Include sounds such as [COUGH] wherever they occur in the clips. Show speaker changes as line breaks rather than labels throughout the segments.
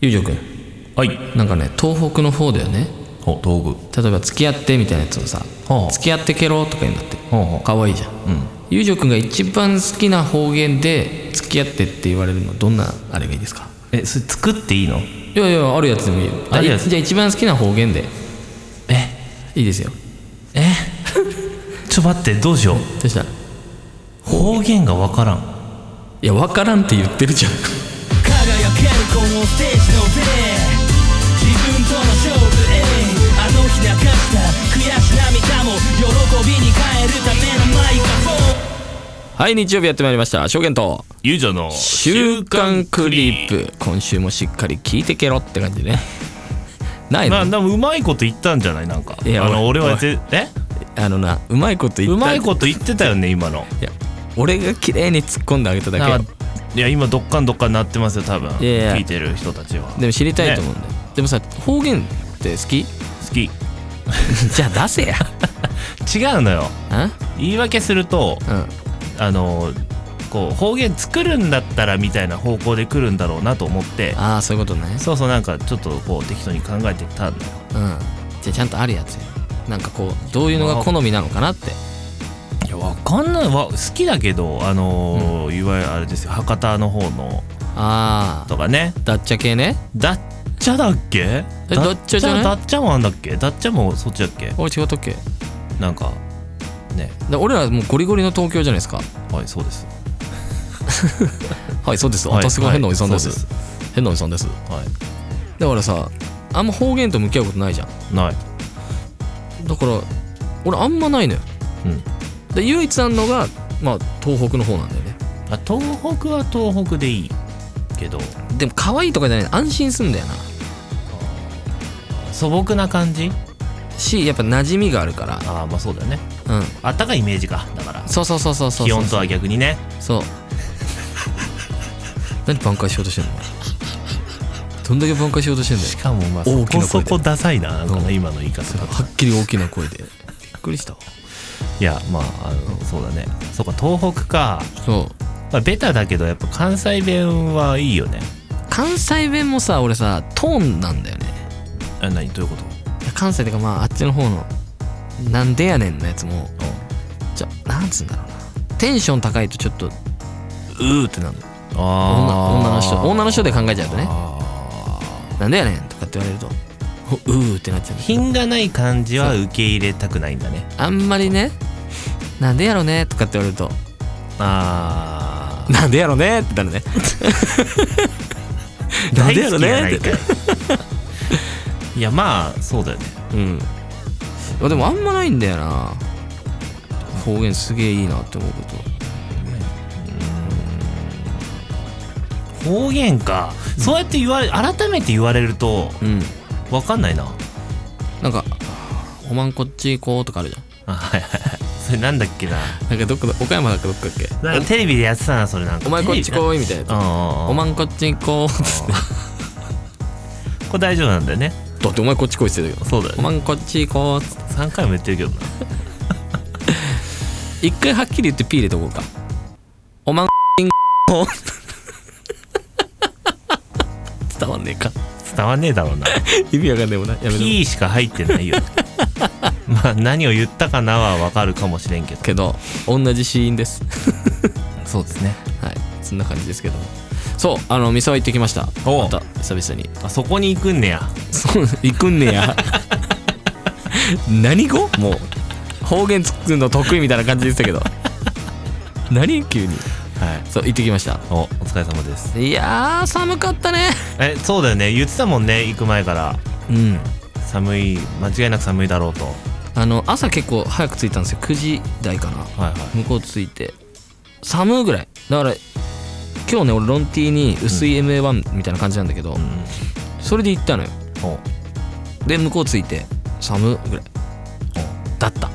ゆうじょうくん
はい
なんかね東北の方だよね
お道具
例えば「付き合って」みたいなやつをさ
ほう
付き合ってけろ」とか言うんだって
ほうほ
可愛いじゃん、
うん
ゆうじょうくんが一番好きな方言で「付き合って」って言われるのどんなあれがいいですか
えそれ作っていいの
いやいやあるやつでもいいよ
あるやつ
じゃあ一番好きな方言で
え
いいですよ
えちょ待ってどうしよう
どうしたい
方言がわからん
や分からんって言ってるじゃん
輝けるこのステージの上自分との勝負えいあの日流した悔し涙も喜びに変えるためのマイクロフォン
はい日曜日やってまいりました証言と
ゆうじょの
週刊クリップ今週もしっかり聞いてけろって感じ [LAUGHS] ねないの、
ななんかうまいこと言ったんじゃないなんか
いや
あ
お
の
い
俺はぜえ
あのなうまいこと言った
うまいこと言ってたよね今の
いや俺が綺麗に突っ込んであげただけよ
なんかいや今どっかんどっかんなってますよ多分
いやいや
聞いてる人たちは
でも知りたいと思うんだよ、でもさ方言って好
[LAUGHS]
き
好き
じゃあ出せや
違うのよ [LAUGHS]
あ
言い訳すると
うん
あのこう方言作るんだったらみたいな方向で来るんだろうなと思って
ああそういうことね
そうそうなんかちょっとこう適当に考えてたんだよ
うんじゃあちゃんとあるやつやなんかこうどういうのが好みなのかなって
いやわかんないわ好きだけどあのーいわゆるあれですよ博多の方の
ああ
とかね
ダッチャ系ね
ダッチャだっけ
えダッチャじゃない
ダッチャもあんだっけダッチャもそっちだっけ
おい違ったっけ
なんかね
で俺らもうゴリゴリの東京じゃないですか
はいそうです
はいそうです
はい
私が変なおじさんです,、
はいそう
変なおじさんです
は
だからさあんま方言と向き合うことないじゃん
いない
だから俺あんまないのよ
うん
で唯一あんのがまあ東北の方なんだよね
あ東北は東北でいいけど
でも可愛いとかじゃない安心すんだよな
素朴な感じ
しやっぱ馴染みがあるから
ああまあそうだよね
うん
あったかいイメージかだから
そうそうそうそうそう
気温とは逆にね
そう何挽回しようとしてんのどんだけ挽回しようとしてんだよ
しかもま
大
あそ
きな声
こ
で
そこダサいななんかね
うん
今の言い方が
はっきり大きな声でびっくりしたわ
いやまああのそうだねそうか東北か、
そう
まあ、ベタだけどやっぱ関西弁はいいよね
関西弁もさ俺さトーンなんだよね
あ何どういうこ
関西っていうかまああっちの方の「なんでやねん」のやつも
と
じゃなんつうんだろうなテンション高いとちょっとうーってなる
あ
女
ー
女の人女の人で考えちゃうとね
あ
なんでやねんとかって言われるとおうーってなっちゃう
ー品がない感じは受け入れたくないんだね
あんまりねなんでやろねとかって言われると
ああ
なんでやろねってな [LAUGHS] るねなん
大
でやろ
好きやな
ね
い
って
かいいやまあそうだよね
うんあでもあんまないんだよな方言すげえいいなって思うこと
方言か、そうやって言われ改めて言われると
うん
分かんないな
なんか「おまんこっち行こう」とかあるじゃ
あはいはいはいそれなんだっけなん
なんかどっかだ岡山だっかどっかだっけ
なんかテレビでやってたなそれなんか
お前こっち
テレビ
来いみたい
うん
な
う
や
ん
つ
う
お
ん
まんこっち行こうっつって
これ大丈夫なんだよね
だってお前こっち来いって言ってたけど
そうだよ
お
ね
まんこっち行こうっつっ
3回も言ってるけどな
て一回はっきり言ってピー入れとこうかおまんこ [LAUGHS] っち行こう伝わんねえか
伝わんねえだ [LAUGHS] ろうな
意味わかんねえもんなやめて
P しか入って [LAUGHS] ないよまあ何を言ったかなは分かるかもしれんけど
けど同じシーンです
そうですね
はいそんな感じですけどもそうあの三沢行ってきました
おう
また久々に
あそこに行くんねや
そう行くんねや [LAUGHS] 何語もう方言作るの得意みたいな感じでしたけ
[LAUGHS]
ど何急に
はい
そう行ってきました
おお疲れ様です
いやー寒かったね
えそうだよね言ってたもんね行く前から
うん
寒い間違いなく寒いだろうとは
あの朝結構早く着いたんですよ9時台かない
はい
向こう着いて寒いぐらいだから今日ね俺ロンティーに薄い MA1 みたいな感じなんだけど、
うん
それで行ったのよ
お
で向こう着いて寒いぐらいだった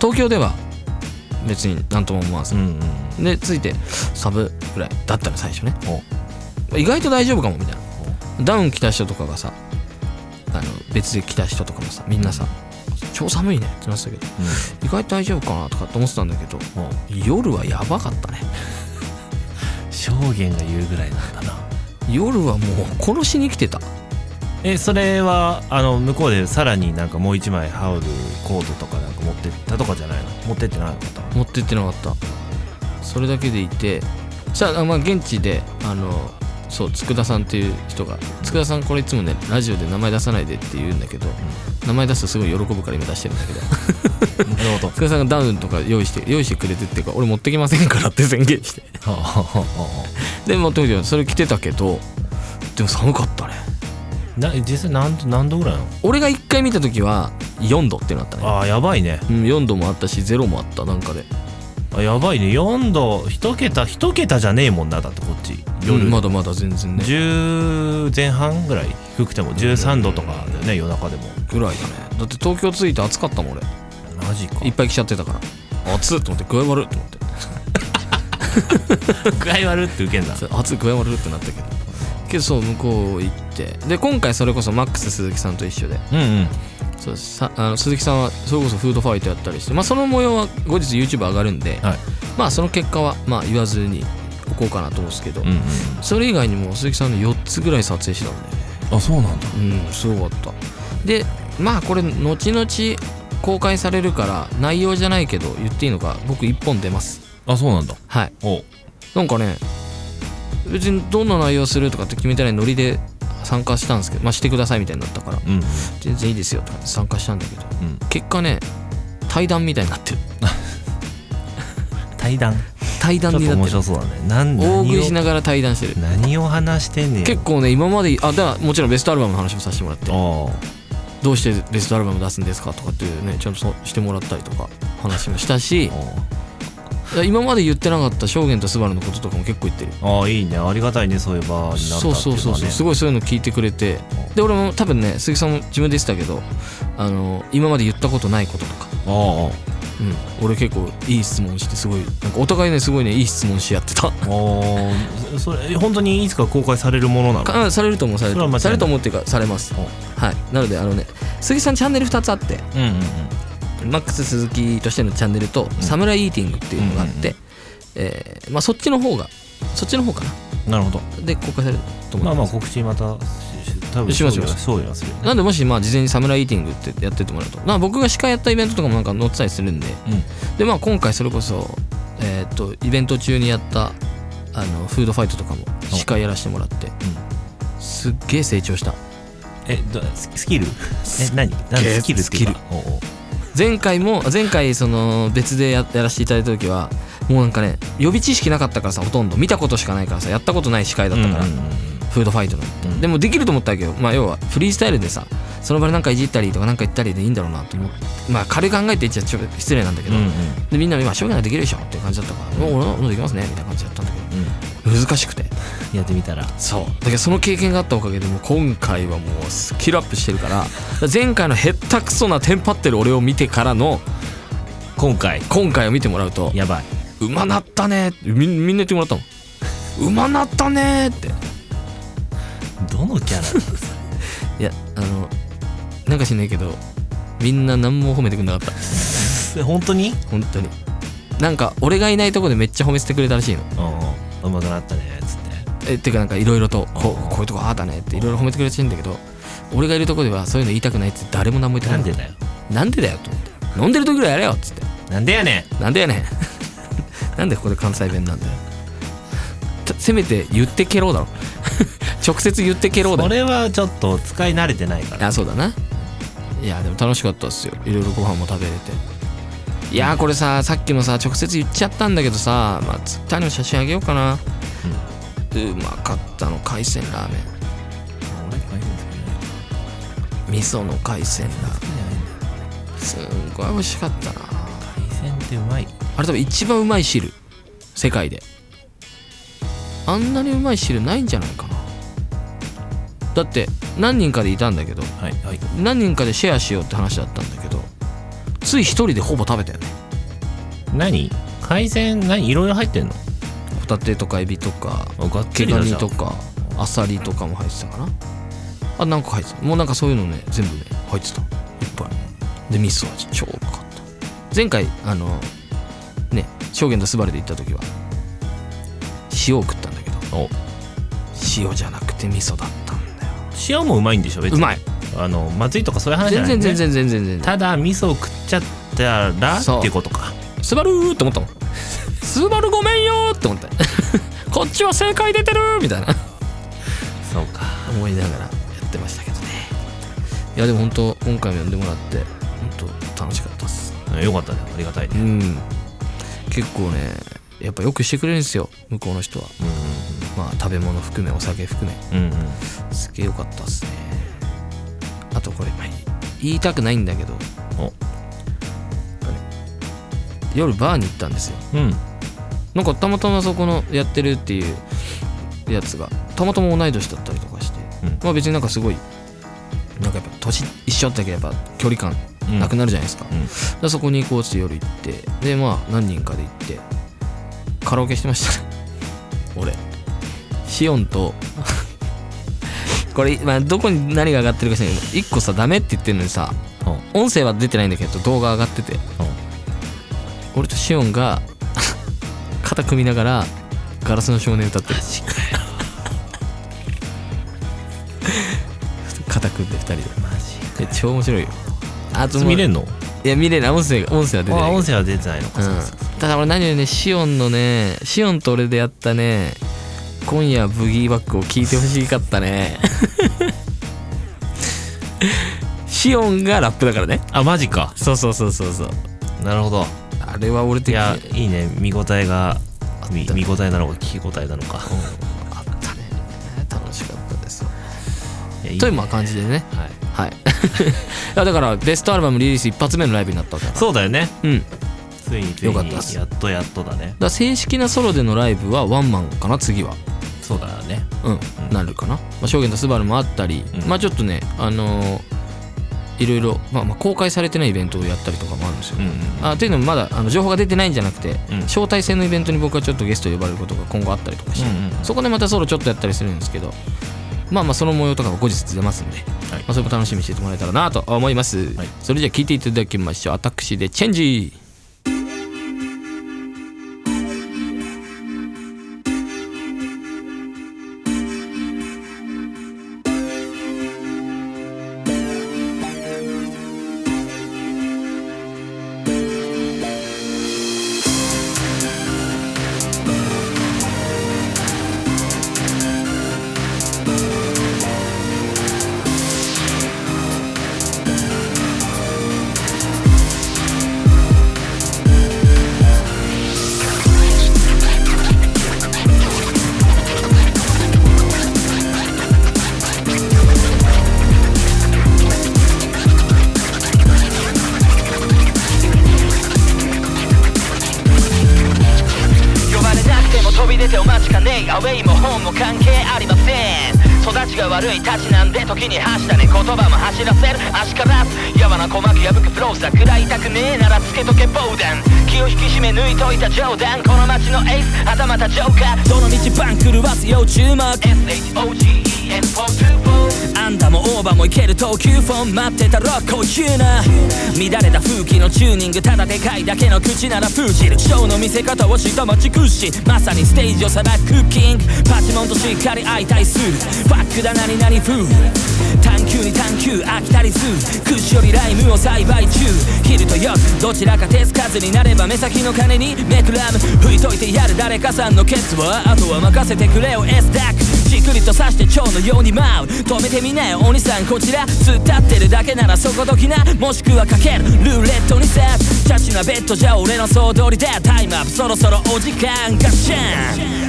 東京では別になんとも思わず
う、んうん
で着いて寒いぐらいだったの最初ね
お
意外と大丈夫かもみたいなダウン着た人とかがさあの別で着た人とかもさみんなさ超寒いねってなってたけど意外と大丈夫かなとかって思ってたんだけど
うんお
夜はやばかったね
証言が言うぐらいなんだな
夜はもう殺しに来てた
えそれはあの向こうでさらになんかもう一枚羽織るコートとかなんか持ってったとかじゃないの持ってってなかった [LAUGHS] の
持ってってなかったそれだけでいてさあ、まあ、現地であのそう佃さんっていう人が佃さんこれいつもねラジオで名前出さないでって言うんだけど、名前出すとすごい喜ぶから今出してるんだけど [LAUGHS]
なるほど
佃さんがダウンとか用意して用意してくれてっていうか俺持ってきませんからって宣言してで持ってきてそれ着てたけどでも寒かったね
[LAUGHS] な実際何度何度ぐらいなの
俺が1回見た時は4度ってなったね
あーやばいね
うん、4度もあったし0もあったなんかで
あやばいね4度1桁1桁じゃねえもんなだってこっち夜、
うんまだまだ全然ね
10前半ぐらい低くても13度とかだよね夜中でも
ぐらいだねだって東京着いて暑かったもん俺
マジか
いっぱい来ちゃってたから暑っと思って具合悪っと思って
具合悪って受けんだ
そう暑い具合悪ってなったけどけどそう向こう行ってで今回それこそマックス鈴木さんと一緒で
うんうん
そうさあの鈴木さんはそれこそフードファイトやったりして、まあ、その模様は後日 YouTube 上がるんで、
はい
まあその結果はまあ言わずにおこうかなと思うんですけど、
うんうん
それ以外にも鈴木さんの4つぐらい撮影してたもんね
あそうなんだ
うんすごかったでまあこれ後々公開されるから内容じゃないけど言っていいのか僕1本出ます
あそうなんだ
はい
お
なんかね別にどんな内容するとかって決めてないノリで参加したんですけどまあしてくださいみたいになったから
うん
全然いいですよとかって参加したんだけど
うん
結果ね対談みたいになってる
対談
対
ちょ
談
っ
にな
と
っ
面
てる
白そうだねなん
大食
何
いし
を
ながら対談してる
何を話してんねん
結構ね今まであだからもちろんベストアルバムの話もさせてもらって
構
どうしてベストアルバム出すんですかとかっていうねちゃんとそうしてもらったりとか話もしたしいや今まで言ってなかった証言とスバルのこととかも結構言ってる
ああいいねありがたいねそういう場になったっていうのはね
そうそうそうそうすごいそういうの聞いてくれてで俺も多分ね鈴木さんも自分で言ってたけどあの今まで言ったことないこととか、
ああ
うん、俺結構いい質問してすごいなんかお互いねすごいねいい質問し合ってた
ああそ [LAUGHS] れ本当にいつか公開されるものなの
かあされると思うされる
それ
と
は間
思
違いないう
されると思うっていうかされます
お
はいなのであのね鈴木さんチャンネル2つあって
うんうんうん
マックス鈴木としてのチャンネルと、サムライイーティングっていうのがあっ
うんうんう
て、えーまあそっちの方がそっちの方かな
なるほど
で公開されると思います
まあまあ告知またしし多分
しますよ
そうやするよね
なんでもしまあ事前にサムライイーティングってやってってもらうとまあ僕が司会やったイベントとかもなんか載ってたりするんで
うん
でまあ今回それこそえーっとイベント中にやったあのフードファイトとかも司会やらせてもらってすっげえ成長した
えどススキルえ何何スキルっていうかおうおう
前回もあ前回その別でややらせていただいた時はもうなんかね予備知識なかったからさほとんど見たことしかないからさやったことない司会だったから、
うんうんうん
フードファイトなんて、
うん
でもできると思ったわけよまあ要はフリースタイルでさその場でなんかいじったりとかなんか言ったりでいいんだろうなと思ってまあ軽く考えて言っちゃちょっと失礼なんだけど、
うんうん
でみんな今将来できるでしょっていう感じだったから「もう俺のできますね」みたいな感じだったんだけ
う
ど難しくて
んやってみたら
そうだけどその経験があったおかげでもう今回はもうスキルアップしてるから前回のへったくそなテンパってる俺を見てからの
今回
今回を見てもらうと
やばい
「うまなったね」ってみみんな言ってもらったもん「うまなったね」って
どの [LAUGHS] キャラだ
いやあのなんか知んないけどみんな何も褒めてくれなかった
え本当に
本当になんか俺がいないとこでめっちゃ褒めてくれたらしいの
うんうまくなったねつって
えっていうかなんかいろいろとこうこういうとこああだねっていろいろ褒めてくれるらしいんだけど俺がいるとこではそういうの言いたくないって誰も何も言って
な
ない
んでだよ
なんでだよと思って飲んでる時ぐらいやれよっつって
なんでやねん
なんでやねん [LAUGHS] なんでここで関西弁なんだよたせめて言ってけろだろ [LAUGHS] 直接言ってけろだ
こ
ろ
れはちょっと使い慣れてないから
あそうだないやでも楽しかったっすよいろいろご飯も食べれていやーこれささっきのさ直接言っちゃったんだけどさまあツイッターにも写真あげようかな、うまかったの海鮮ラーメン
俺こういうの好きじゃない
味噌の海鮮ラーメ
好きじゃないんだ
ンすんごい美味しかったな
海鮮ってうまい
あれ多分一番うまい汁世界であんなにうまい汁ないんじゃないかなだって何人かでいたんだけど
はいはい
何人かでシェアしようって話だったんだけどつい一人でほぼ食べたよね
何海鮮何いろいろ入ってんの
ホタテとかエビとか
あがっつ
毛
りだ
ガ
じ
ニ
ゃん
とかアサリとかも入ってたかなあ何個入ってたもうなんかそういうのね全部ね入ってたいっぱいで味噌味超うまかった前回あのね証言とスバルで行った時は塩を食ったんだけど
お
塩じゃなくて味噌だったんだよ
塩もうまいんでしょ別
う
に
まい
あのまずいとかそういう話じゃ
全
ない、ね、
然全然全然全然
ただ味噌を食っちゃったら
そう
っていうことか
スバルーって思ったもん [LAUGHS] スバルごめんよーって思った [LAUGHS] こっちは正解出てるーみたいな
そうか
思いながらやってましたけどねいやでも本当今回も呼んでもらって本当楽しかったっす
うんよかったねありがたいね
うん結構ねやっぱよくしてくれるんですよ向こうの人はまあ食べ物含めお酒含め
うんうんうんうん
すげえよかったっすねあとこれまあ言いたくないんだけど
お
夜バーに行ったんですよ
うん
なんかたまたまそこのやってるっていうやつがたまたま同い年だったりとかして、
うん
まあ別になんかすごいなんかやっぱ年一緒だけやっぱ距離感
うん
なくなるじゃないですか,、
うん
でそこに行こうって夜行ってでまあ何人かで行ってカラオケしてま
[LAUGHS]
したね俺シオンとこれ、まあ、どこに何が上がってるか知らないけど1個さダメって言ってるのにさ
おお
音声は出てないんだけど動画上がってて俺とシオンが [LAUGHS] 肩組みながら「ガラスの少年」歌ってる肩組んで2人で
マ
で
ジ
超面白いよあともう
見れんの
いや見れない音声が音声は出て
あ
ない
音声は出てないのか、そうそう
うん、ただ俺何よりねシオンのねシオンと俺でやったね今夜ブギーバックを聞いてほしかった [LAUGHS] ねシオンがラップだからね
あマジか
そうそうそうそうそう
なるほど
あれは俺
い
的に
やいいね見応えがみ
った
見応えなのか聞き応えなのか、
あったね楽しかったです
いやいい
とい
ね
うまあ感じでね
は
は
い、
い [LAUGHS] いやだからベストアルバムリリース一発目のライブになったわけだか
そうだよね
らうんだか
ついについに
よかったっす
やっとやっとだね
ら正式なソロでのライブはワンマンかな次は
そうだね
うん、
うん
なるかな、まあ、証言とスバルもあったり、
うん
まあちょっとねあのーいろいろ、まあ、まあ公開されてないイベントをやったりとかもあるんですよ、
うんうん
あというのもまだあの情報が出てないんじゃなくて、
うん
招待制のイベントに僕はちょっとゲスト呼ばれることが今後あったりとかして、
うんうん
そこでまたソロちょっとやったりするんですけどまあまあその模様とかが後日出ますんで、
はい
まあ、それも楽しみにしててもらえたらなと思います、
はい
それじゃあ聞いていただきましょう私でチェンジ
呼ばれなくても飛び出てお待ちかねえアウェイもホームも関係ありません育ちが悪いたちなんで時にはしたね言葉も走らせる足からすやわな鼓膜破くフローさ食らいたくねえならつけとけ防弾気を引き締め抜いといた冗談この街のエースはたまたジョーカーどの道パン狂わす要注目 SHOGEM424 あんたもオーバーもいける東急フォン待ってたろ高級な乱れた風紀のチューニングただでかいだけの口なら封じるショーの見せ方を下町屈指まさにステージをさばくクッキングパチモンとしっかり相対するファックだ何々風探求に探求飽きたりず屈よりライムを栽培中昼と夜どちらか手つかずになれば目先の金に目くらむ拭いといてやる誰かさんのケツはあとは任せてくれよ S ダックじっくりと刺して蝶のように舞う止めてみなよお兄さんこちら突っ立ってるだけならそこどきなもしくはかけるルーレットにさチャチなベッドじゃ俺の総通りだタイムアップそろそろお時間ガッシャン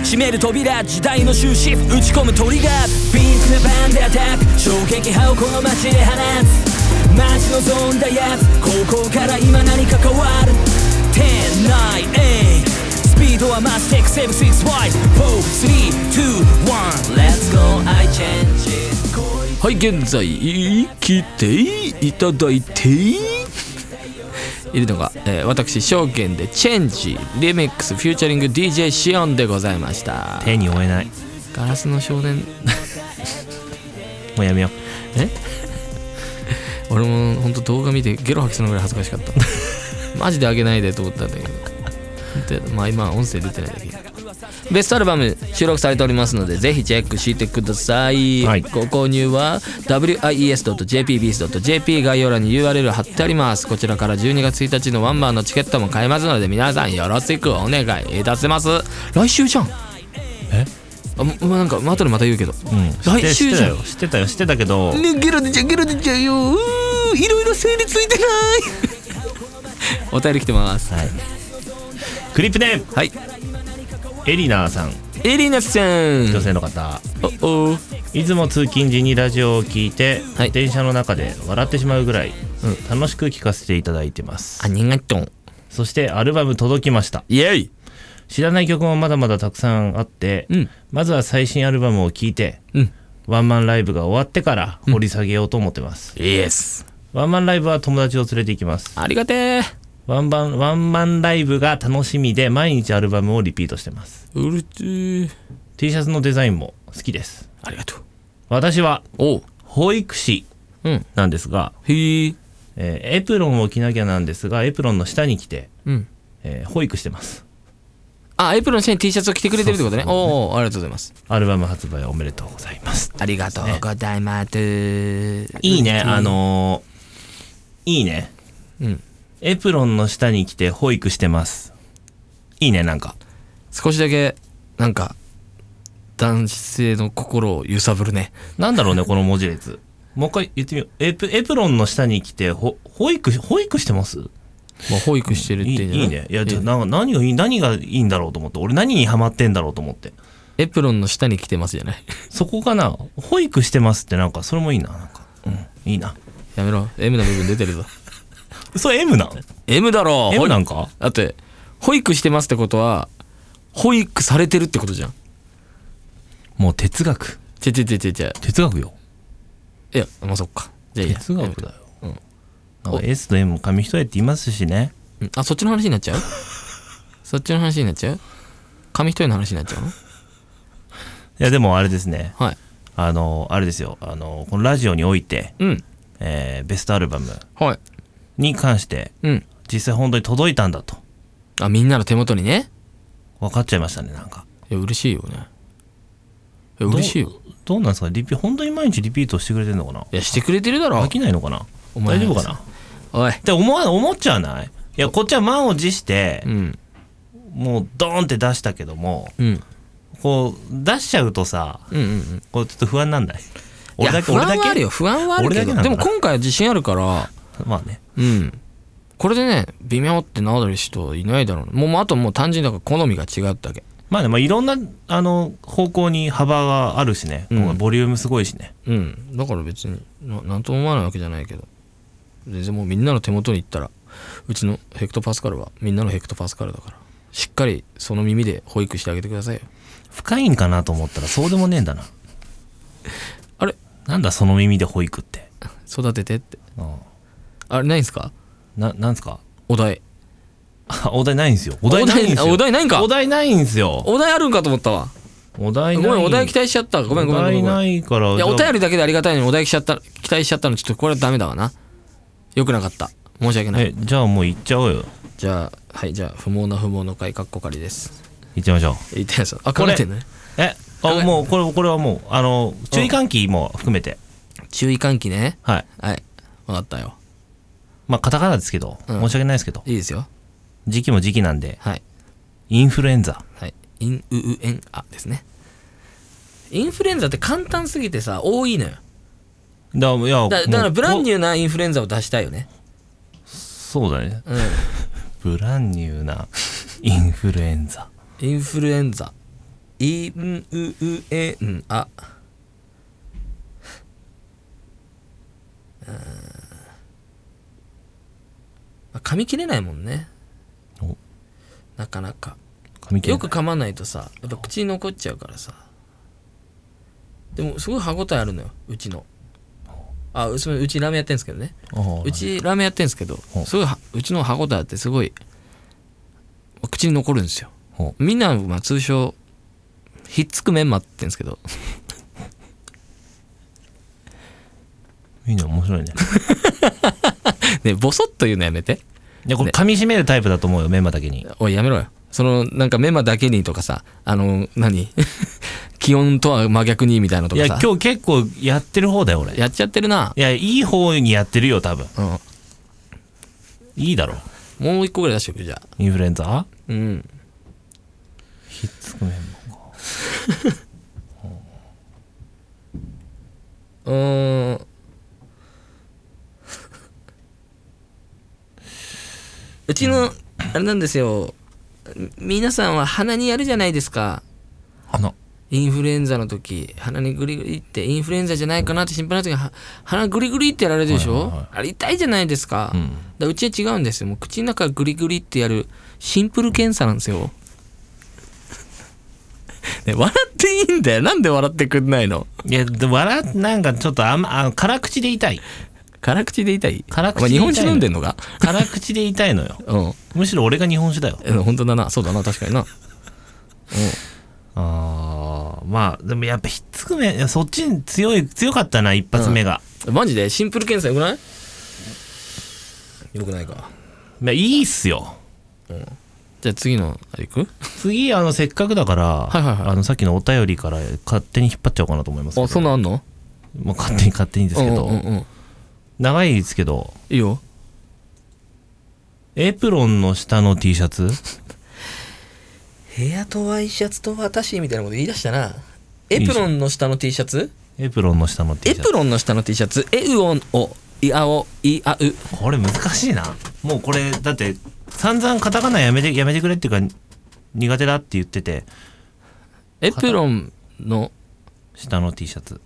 閉める扉時代の終止符打ち込むトリガービーツなバンでアタック衝撃波をこの街で放つ待ち望んだやつ高校から今何か変わる109 8スピードは増してくセブ6 y 4 3 2 1 Let's go I change it
はい現在来ていただいているのが、えー私証券で「チェンジ」リミックスフューチャリング DJ シオンでございました
手に負えないも
ガラスの少年
うやめよ
え俺も本当動画見てゲロ吐きそうなぐらい恥ずかしか [LAUGHS] ったマジであげないでと思ったんだけどほんとやだまあ今音声出てないだけベストアルバム収録されておりますのでぜひチェックしてください、
はい
ご購入は wies.jpbeast.jp 概要欄に URL 貼ってありますこちらから12月1日のワンマンのチケットも買えますので皆さんよろしくお願いいたします来週じゃん
え
あもうなんか後でまた言うけど
うん
来週じゃん
知ってたよ知ってたよ知ってたけど
ねゲロ出ちゃうゲロ出ちゃうようーいろいろ整理ついてない [LAUGHS] お便り来てます
はいクリップネーム
はい
エリナーさん
エリナさ
女
ん
性の方、
おお
いつも通勤時にラジオを聞いて、
はい
電車の中で笑ってしまうぐらい、うん、楽しく聞かせていただいてます
ありがとう
そしてアルバム届きました
イエイ
知らない曲もまだまだたくさんあって、
うん
まずは最新アルバムを聴いて
うん
ワンマンライブが終わってから掘り下げようと思ってます、
イエス
ワンマンライブは友達を連れて行きます
ありがて
ワンバンワンマンライブが楽しみで毎日アルバムをリピートしてます
ーうるちー
T シャツのデザインも好きです
ありがとう
私は
おう
保育士
うん
なんですが、
へー
えーエプロンを着なきゃなんですがエプロンの下に着て、
うん
えー保育してます
あエプロンの下に T シャツを着てくれてるってことね
そうそう
おうおうありがとうございます
アルバム発売おめでとうございます
ありがとうございます
いいねあのーいいね
うん
エプロンの下に着て保育してますいいねなんか
少しだけなんか男性の心を揺さぶるね
なんだろ
[LAUGHS]
うねこの文字列もう一回言ってみようエプエプロンの下に着てほ保育し保育してます
もう保育してるっ
い
て
い
いうんじゃない
いいねいやじゃあなんか何がいい何がいいんだろうと思って俺何にハマってんだろうと思って
エプロンの下に着てますじゃない [LAUGHS]
そこかな保育してますってなんかそれもいいななんかうんいいな
やめろ M の部分出てるぞ
それ M なん
M だろ
M なんんか
だって保育してますってことは保育されてるってことじゃん
もう哲学
ちぇちぇちぇちぇちぇ
哲学よ
いやまあそっかじゃあいいや
哲学だよ、
うん
なんか S と M も紙一重って言いますしね
うんあそっちの話になっちゃ
[LAUGHS]
うそっちの話になっちゃう紙一重の話になっちゃうの
いやでもあれですね
はい
あのあれですよあのこのラジオにおいて、
うん
えーベストアルバム
はい
に関して
うん
実際本当に届いたんだと
あみんなの手元にね
分かっちゃいましたねなんか
いや嬉しいよねいや嬉しいよ
どうどうなんですかリピ本当に毎日リピートしてくれてんのかない
やしてくれてるだろ
飽きないのかな
お前
大丈夫かなっ
おい
て思わ思っちゃわないいやこっちは満を持して
う、ん
もうドーンって出したけども
うん
こう出しちゃうとさ
うんうんうん
こうちょっと不安なんない
いや
俺だけ
不
俺
安
だ
はある
け
よ不安はあるけ
俺だけ
ど
な
で
の
も
かな
今回は自信あるから
まあね
うんこれでね微妙ってなる人いないだろうなもうもうあともう単純にだから好みが違うだけ
まあねまあいろんなあの方向に幅があるしね、
うん
ボリュームすごいしね
うんだから別にななんとも思わないわけじゃないけど全然もうみんなの手元に行ったらうちのヘクトパスカルはみんなのヘクトパスカルだからしっかりその耳で保育してあげてくださいよ
深いんかなと思ったらそうでもねえんだな
あれ
なんだその耳で保育って、
育ててって
うん、
あれないんすか
ななんすか [LAUGHS]
お題
あお題ないんですよお題ないんですよ
お題ないんか
お題ないんですよ
お題あるんかと思ったわ
お題
ご
ない
めんお題期待しちゃったごめんごめんごめんご
お題
め
なんいから
いや
じゃあ
お便りだけでありがたいのにお題期待しちゃった期待しちゃったのちょっとこれはダメだわなよくなかった申し訳ない
えじゃあもう行っちゃおうよ
じゃあはいじゃあ不毛な不毛の会かっこかりです
行っちゃいましょう
言ってないあ
こ
考
れ
えてんのね
え
考え
あもうこれこれはもうあの注意喚起も含めて、
注意喚起ね
はい
はい分かったよ
まあカタカナですけど、
うん
申し訳ないですけど
いいですよ
時期も時期なんで
はい
インフルエンザ
はいインウウエンアですねインフルエンザって簡単すぎてさ多いのよ
だいや
だだからブランニ
ュー
ューなインフルエンザを出したいよね
そうだね
うん
ブランニュ
[LAUGHS]
ーなインフルエンザ
インフルエンザインウウエンアうーんまあ噛み切れないもんね
お
なかなか
髪切れ
よく噛まないとさやっぱ口に残っちゃうからさでもすごい歯応えあるのようちのあうそのうちラーメンやってんすけどね
ああ
うちラーメンやってんすけど
ほう
すごいはうちの歯応えあってすごい口に残るんですよ
ほ
みんなまあ通称ひっつくメンマって言うんですけど [LAUGHS]
いいね面
[LAUGHS]
白いね
ねボソッと言うのやめて
いやこれ噛み締めるタイプだと思うよメンマだけに
おいやめろよそのなんかメンマだけにとかさあの何 [LAUGHS] 気温とは真逆にみたいなのと
い
か
や
さ
今日結構やってる方だよ俺い
やっちゃってるな、
やいい方にやってるよ多分
うん、
いいだろ
もう一個ぐらい出しておくじゃあ
インフルエンザ
うん
ひっつくメンマか
うーん [LAUGHS] うちのあれなんですよみ皆さんは鼻にやるじゃないですか
鼻
インフルエンザの時鼻にグリグリってインフルエンザじゃないかなって心配な時は鼻グリグリってやられるでしょ、
はいはいはい
あれ痛いじゃないですか,、
う
だか
ん
らうちは違うんですよもう口の中グリグリってやるシンプル検査なんですよね笑っていいんだよなんで笑ってくんないの
いやで笑っなんかちょっとあんまあ辛口で痛い
辛口で痛い
辛口
お前
で
日
痛いの
本酒飲んでんのか
辛口で痛いの [LAUGHS] よ
うん
むしろ俺が日本酒だよ
え本当だなそうだな確かにな
ああまあでもやっぱひっつくめいやそっちに強い強かったな一発目が、
うんマジでシンプル検査よくないよくないか
まあいいっすよ
じゃあ次のあれいく
次あのせっかくだから、
いはいはい
あのさっきのお便りから勝手に引っ張っちゃおうかなと思いますけど
あそんなんあんの
まあ、勝手に [LAUGHS] 勝手にですけど、
うんうんうん、
長いですけど
いいよ
エプロンの下の T シャツ
部屋とワイシャツと私みたいなこと言い出したなエプロンの下の T シャツ
エプロンの下の T
エ
シャ
プ
ツ
ロンの下の T シャツエウオンオイアオイアウ
これ難しいなもうこれだって散々カタカナやめてやめてくれっていうか苦手だって言ってて
エプロンの
下の T シャツ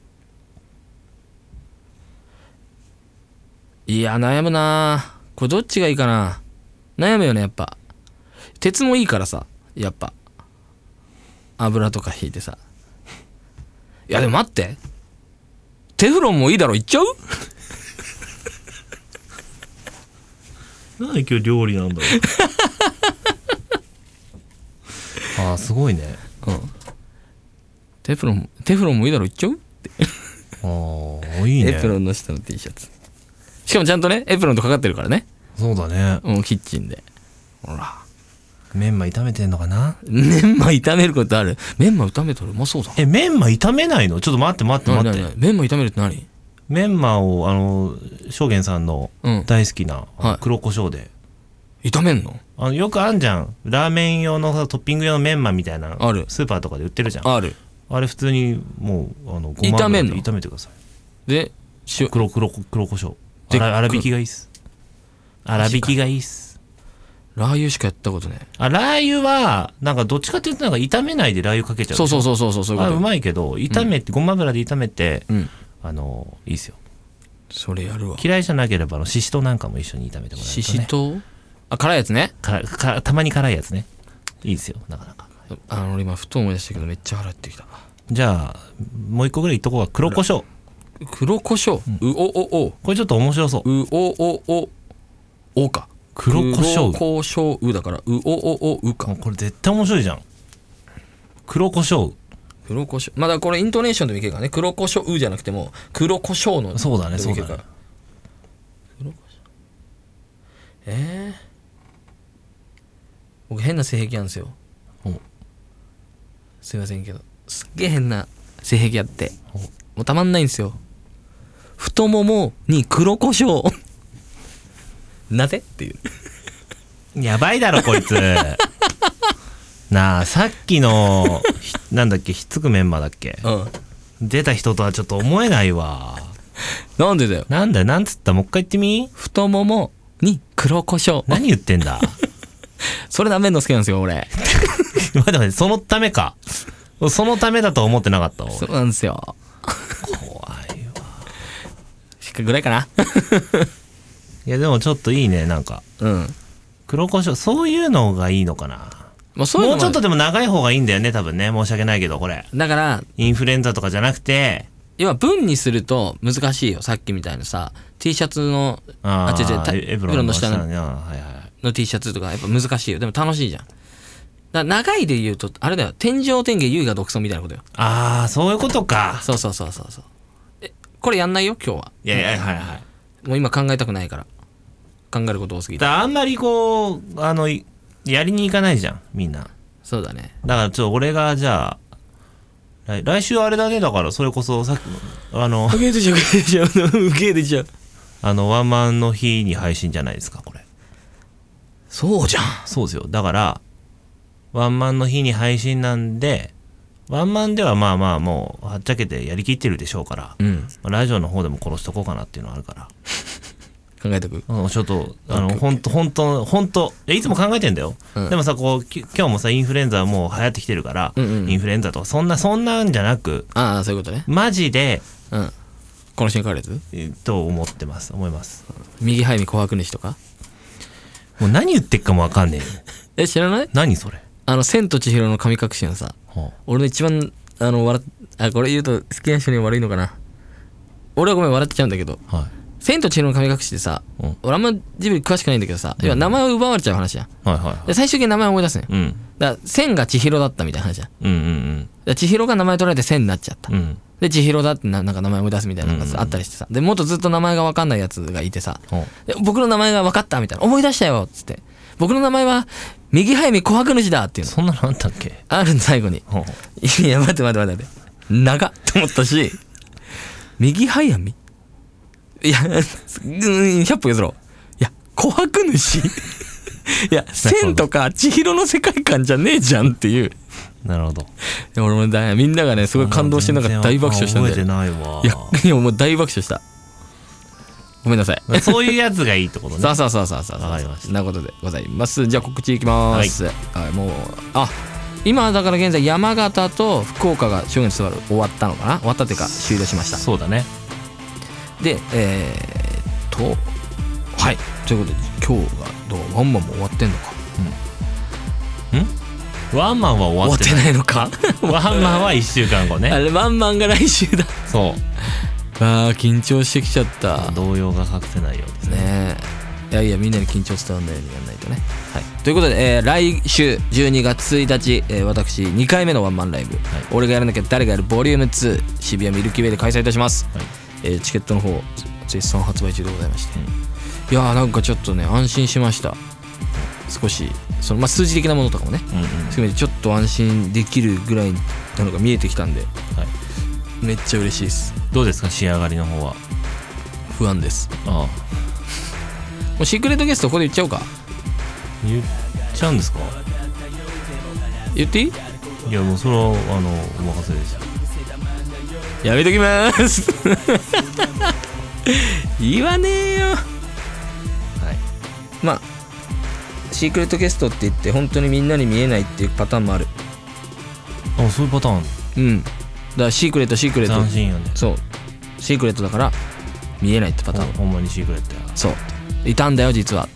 いや悩むなこれどっちがいいかな悩むよねやっぱ鉄もいいからさやっぱ油とか引いてさいやでも待ってテフロンもいいだろいっちゃう
なんで今日料理なんだろう [LAUGHS] ああすごいね
うんテフロンテフロンもいいだろいっちゃう
ああいいね
エプロンの下の T シャツしかもちゃんとねエプロンとかかってるからね
そうだね
うんキッチンでほら
メンマ炒めてんのかな
メンマ炒めることあるメンマ炒めたらうまそうだ
えメンマ炒めないのちょっと待って待って
な
待
な
っ
な
て
メンマ炒めるって何
メンマをあの証言さんの
うん
大好きなあの
はい
黒胡椒で、
炒めんの
あのよくあんじゃんラーメン用のさトッピング用のメンマみたいな
ある
スーパーとかで売ってるじゃんあ
ある
れ普通にもうあのごま油
炒めんの
で炒めてください
で塩
黒黒黒胡椒
で
粗粗挽きがいいっす粗挽きがいいっす
ラー油しかやったことね
あラー油はなんかどっちかっていうとなんか炒めないでラー油かけちゃう
そうそうそうそうそうそういう
あ
こ
う
と
まいけど炒めて、ごま油で炒めて、
うん
あのいいっすよ
それやるわ
嫌いじゃなければあのししとうなんかも一緒に炒めてもらえると、ね、
ししとうあ辛いやつね
からかたまに辛いやつねいいですよなかなか
あの俺今ふと思い出したけどめっちゃ腹減ってきた
じゃあもう一個ぐらいいっとこうか黒胡椒
黒胡椒うおおお
これちょっと面白そう
うおおおおか
黒胡椒
黒胡椒うだからうおおおうか
あこれ絶対面白いじゃん黒胡椒
黒胡椒まだこれイントネーションでもいけるからね黒胡椒うじゃなくても黒胡椒の
そうだね
でもいけるから
そうだ
黒
ね
胡椒ええ僕変な性癖なんですよ
お
すいませんけどすっげえ変な性癖あって
お
もうたまんないんですよ太ももに黒胡椒なぜっていう
やばいだろ
[LAUGHS]
こいつなあさっきのひなんだっけひっつくメンマだっけ
うん
出た人とはちょっと思えないわ
なんでだよ
なんだよなんつったもう一回言ってみ
太ももに黒胡椒
何言ってん
[LAUGHS]
だ
それ舐めんの好きなんですよ俺
待って待ってそのためかそのためだとは思ってなかったわ俺
そうなんですよ
怖いわ
[LAUGHS] しっかぐらいかない
やでもちょっといいねなんか
うん
黒胡椒そういうのがいいのかな
まあそういう
も
の
うちょっとでも長い方がいいんだよね多分ね申し訳ないけどこれ
だから
インフルエンザとかじゃなくて
要は文にすると難しいよさっきみたいなさ T シャツのあ違う違うた
エエプロンの下
エプ
の
ロンの
ねあはいはい
の T シャツとかやっぱ難しいよでも楽しいじゃんだから長いで言うとあれだよ天上天下優雅独尊みたいなことよ
ああそういうことか
そうそうそうそうそうえこれやんないよ今日はい
やいやはいはい
もう今考えたくないから考えること多すぎ
だか
て
らあんまりこうあのいやりに行かないじゃんみんなだか
そうだね
らちょっと俺がじゃあ来来週あれだねだからそれこそさっきのあの [LAUGHS]
受け出ちゃう受け出ちゃう受け出ちゃう
あのワンマンの日に配信じゃないですかこれ
そうじゃん
そうですよだからワンマンの日に配信なんでワンマンではまあまあもうはっちゃけてやりきってるでしょうから、
うん
まあラジオの方でも殺しとこうかなっていうのはあるから
考えとく
うんちょっと、あ
オッ
の、
ケー
ほんと、ほんと、ほんと、え、いつも考えてんだよ。
うん
でもさ、こう、き今日もさ、インフルエンザもう流行ってきてるから、
うんうん
インフルエンザとか、そんな、そんなんじゃなく、
ああそういうことね
マジで、
うんこの新カレーズ
えーと思ってます、思います。
右背に琥珀主とか
もう何言ってっかもわかんねえ
[LAUGHS]
よ。
え知らない
何それ。
あの「千と千尋の神隠し」のさ
は
俺の一番あの笑っあこれ言うと好きな人には悪いのかな俺はごめん笑っちゃうんだけど
あはい。
「千と千尋の神隠し」でさ、
うん
俺あんまジブリ詳しくないんだけどさ、要は名前を奪われちゃう話じゃん
はいはいはい
で。最終的に名前を思い出すね、
うん。
だから千が千尋だったみたいな話じゃんだか
うんうん
ら千尋が名前取られて千になっちゃった、
うん。うん。
で千尋だってななんか名前思い出すみたいなのが
うんう
さ
ん
あったりしてさでもっとずっと名前が分かんないやつがいてさ
は
で僕の名前が分かったみたいな思い出したよっつって僕の名前は右早見琥珀主だっていう
あ
の
そんなのあったっけ
あるの最後に
はあ
いや、待って待って待って待って。長っと思ったし、右早見いや、うん、100歩譲ろう。いや、琥珀主 [LAUGHS] いや、千とか千尋の世界観じゃねえじゃんっていう。い
なるほど。
や俺もだみんながね、すごい感動してなんか大爆笑したんだ
全
よ。
然覚えてないわ
いや、いやもう大爆笑した。ごめんなさい。
そういうやつがいいってことね。
さあさあさあさあさあ
わかりました
なことでございますじゃあ告知いきますはい、もうあ今だから現在山形と福岡が初月座る終わったのかな終わったっていうか終了しました
そうだね。
でえー、っとはいということで今日がどうワンマンも終わってんのか
ワンマンは終
終
わ
わっ
って
て
ない。
ないの [LAUGHS] か
[LAUGHS] ワンマンは1週間後
あ
ね。
れワンマンが来週だ
そう。
あー緊張してきちゃった
動揺が隠せないようですね
ねえいやいやみんなに緊張伝わらないようにやんないとね、はい、ということで、えー来週12月1日、えー私2回目のワンマンライブ、俺がやらなきゃ誰がやるボリューム2渋谷ミルキーウェイで開催いたします、
はい
えーチケットの方絶賛発売中でございまして、いやーなんかちょっとね安心しました少しその、まあ、数字的なものとかもね
うんうん
含めてちょっと安心できるぐらいなのが見えてきたんで
はい、
めっちゃ嬉しいです
どうですか仕上がりの方は
不安です
ああ
もうシークレットゲストここで言っちゃおうか
言っちゃうんですか
言っていい
いやもうそれはあのお任せですよ
やめときます。 [LAUGHS] 言わねえよ。
はい
まあ、シークレットゲストって言って、本当にみんなに見えないっていうパターンもある。
あそういうパターン
うん。だから、シークレット、シークレッ
斬
ト。
新やね
そう。シークレットだから、見えないってパターン。
ほんまにシークレットや
そう。いたんだよ、実は。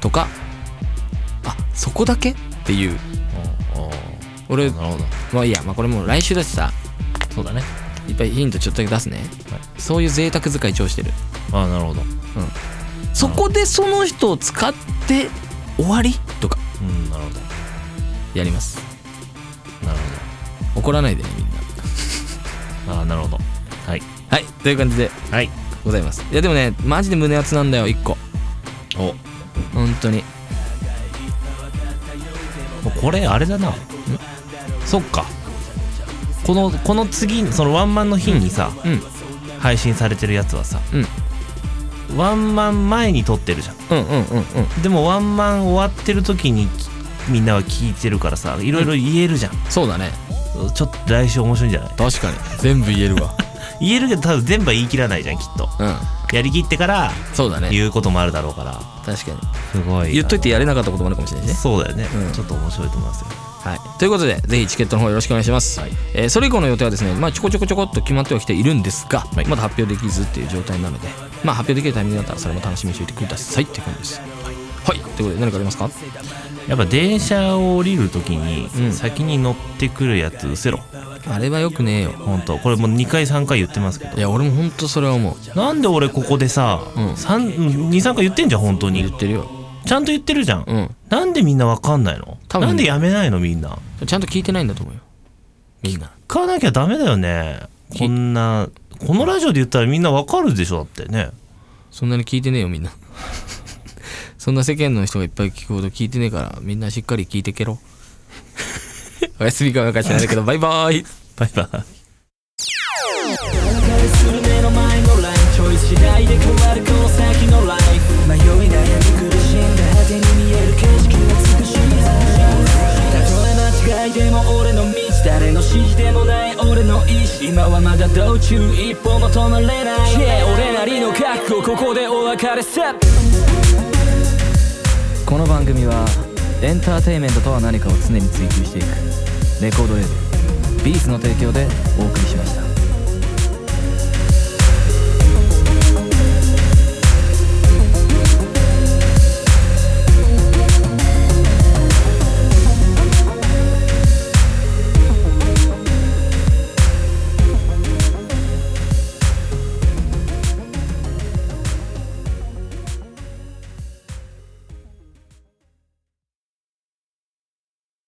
とか、あ、そこだけっていう。
ああ
俺
あ、なるほど
まあいいや、まあこれもう来週だしさ、
そうだね
いっぱいヒントちょっとだけ出すね。
はい
そういう贅沢使い調してる。
ああなるほど
そこでその人を使って終わりとか
うんなるほど
やります
なる
怒らないでねみんな
ほどああなるほどはい
はいという感じで
はい
ございますいやでもねマジで胸熱なんだよ一個
お
本当に
これあれだなそっかこのこの次にそのワンマンの日にさ、
うん
配信されてるやつはさ、ワンマン前に撮ってるじゃん
うんうんうんうん
でもワンマン終わってる時にきみんなは聞いてるからさいろいろ言えるじゃん、
そうだね
ちょっと来週面白いんじゃない
確かに全部言えるわ
言えるけど多分全部は言い切らないじゃんきっと
[LAUGHS] うん
やりきってから
そうだね
言うこともあるだろうから
確かに
すごい
言っといてやれなかったこともあるかもしれないしね
そうだよね、
うん
ちょっと面白いと思いますよ
はい、ということでぜひチケットの方よろしくお願いします、
はい
えーそれ以降の予定はですね、まあ、ちょこちょこちょこっと決まってはきているんですが、
い
まだ発表できずっていう状態なので、まあ、発表できるタイミングだったらそれも楽しみにしておいてくださいっていう感じですはい、ということで何かありますか
やっぱ電車を降りる時に、
うん
先に乗ってくるやつうせろ
あれはよくねえよ
本当これもう2回3回言ってますけど
いや俺も本当それは思う
なんで俺ここでさ、
うん
三23回言ってんじゃん本当
言
に
ってるよ
ちゃんと言ってるじゃん、
うん
なんでみんなわかんないの
多分
なんでやめないのみんな
ちゃんと聞いてないんだと思うよみんな
聞かなきゃダメだよねこんなこのラジオで言ったらみんなわかるでしょだってね
[LAUGHS] そんなに聞いてねえよみんなそんな世間の人がいっぱい聞くほど聞いてねえからみんなしっかり聞いて [LAUGHS] けろおやすみかなんか知らないけどバイバイ
バイバイ
流れする目の前のラインチョイス次第で変わるこの先のライフ迷い悩み苦しんだ果てに見える景色は美しいたとえ間違いでも俺の道誰の指示でもない俺の意志今はまだ道中一歩も止まれない Yeah 俺なりの覚悟ここでお別れさ
この番組はエンターテインメントとは何かを常に追求していくレコードレーベルビーズの提供でお送りしました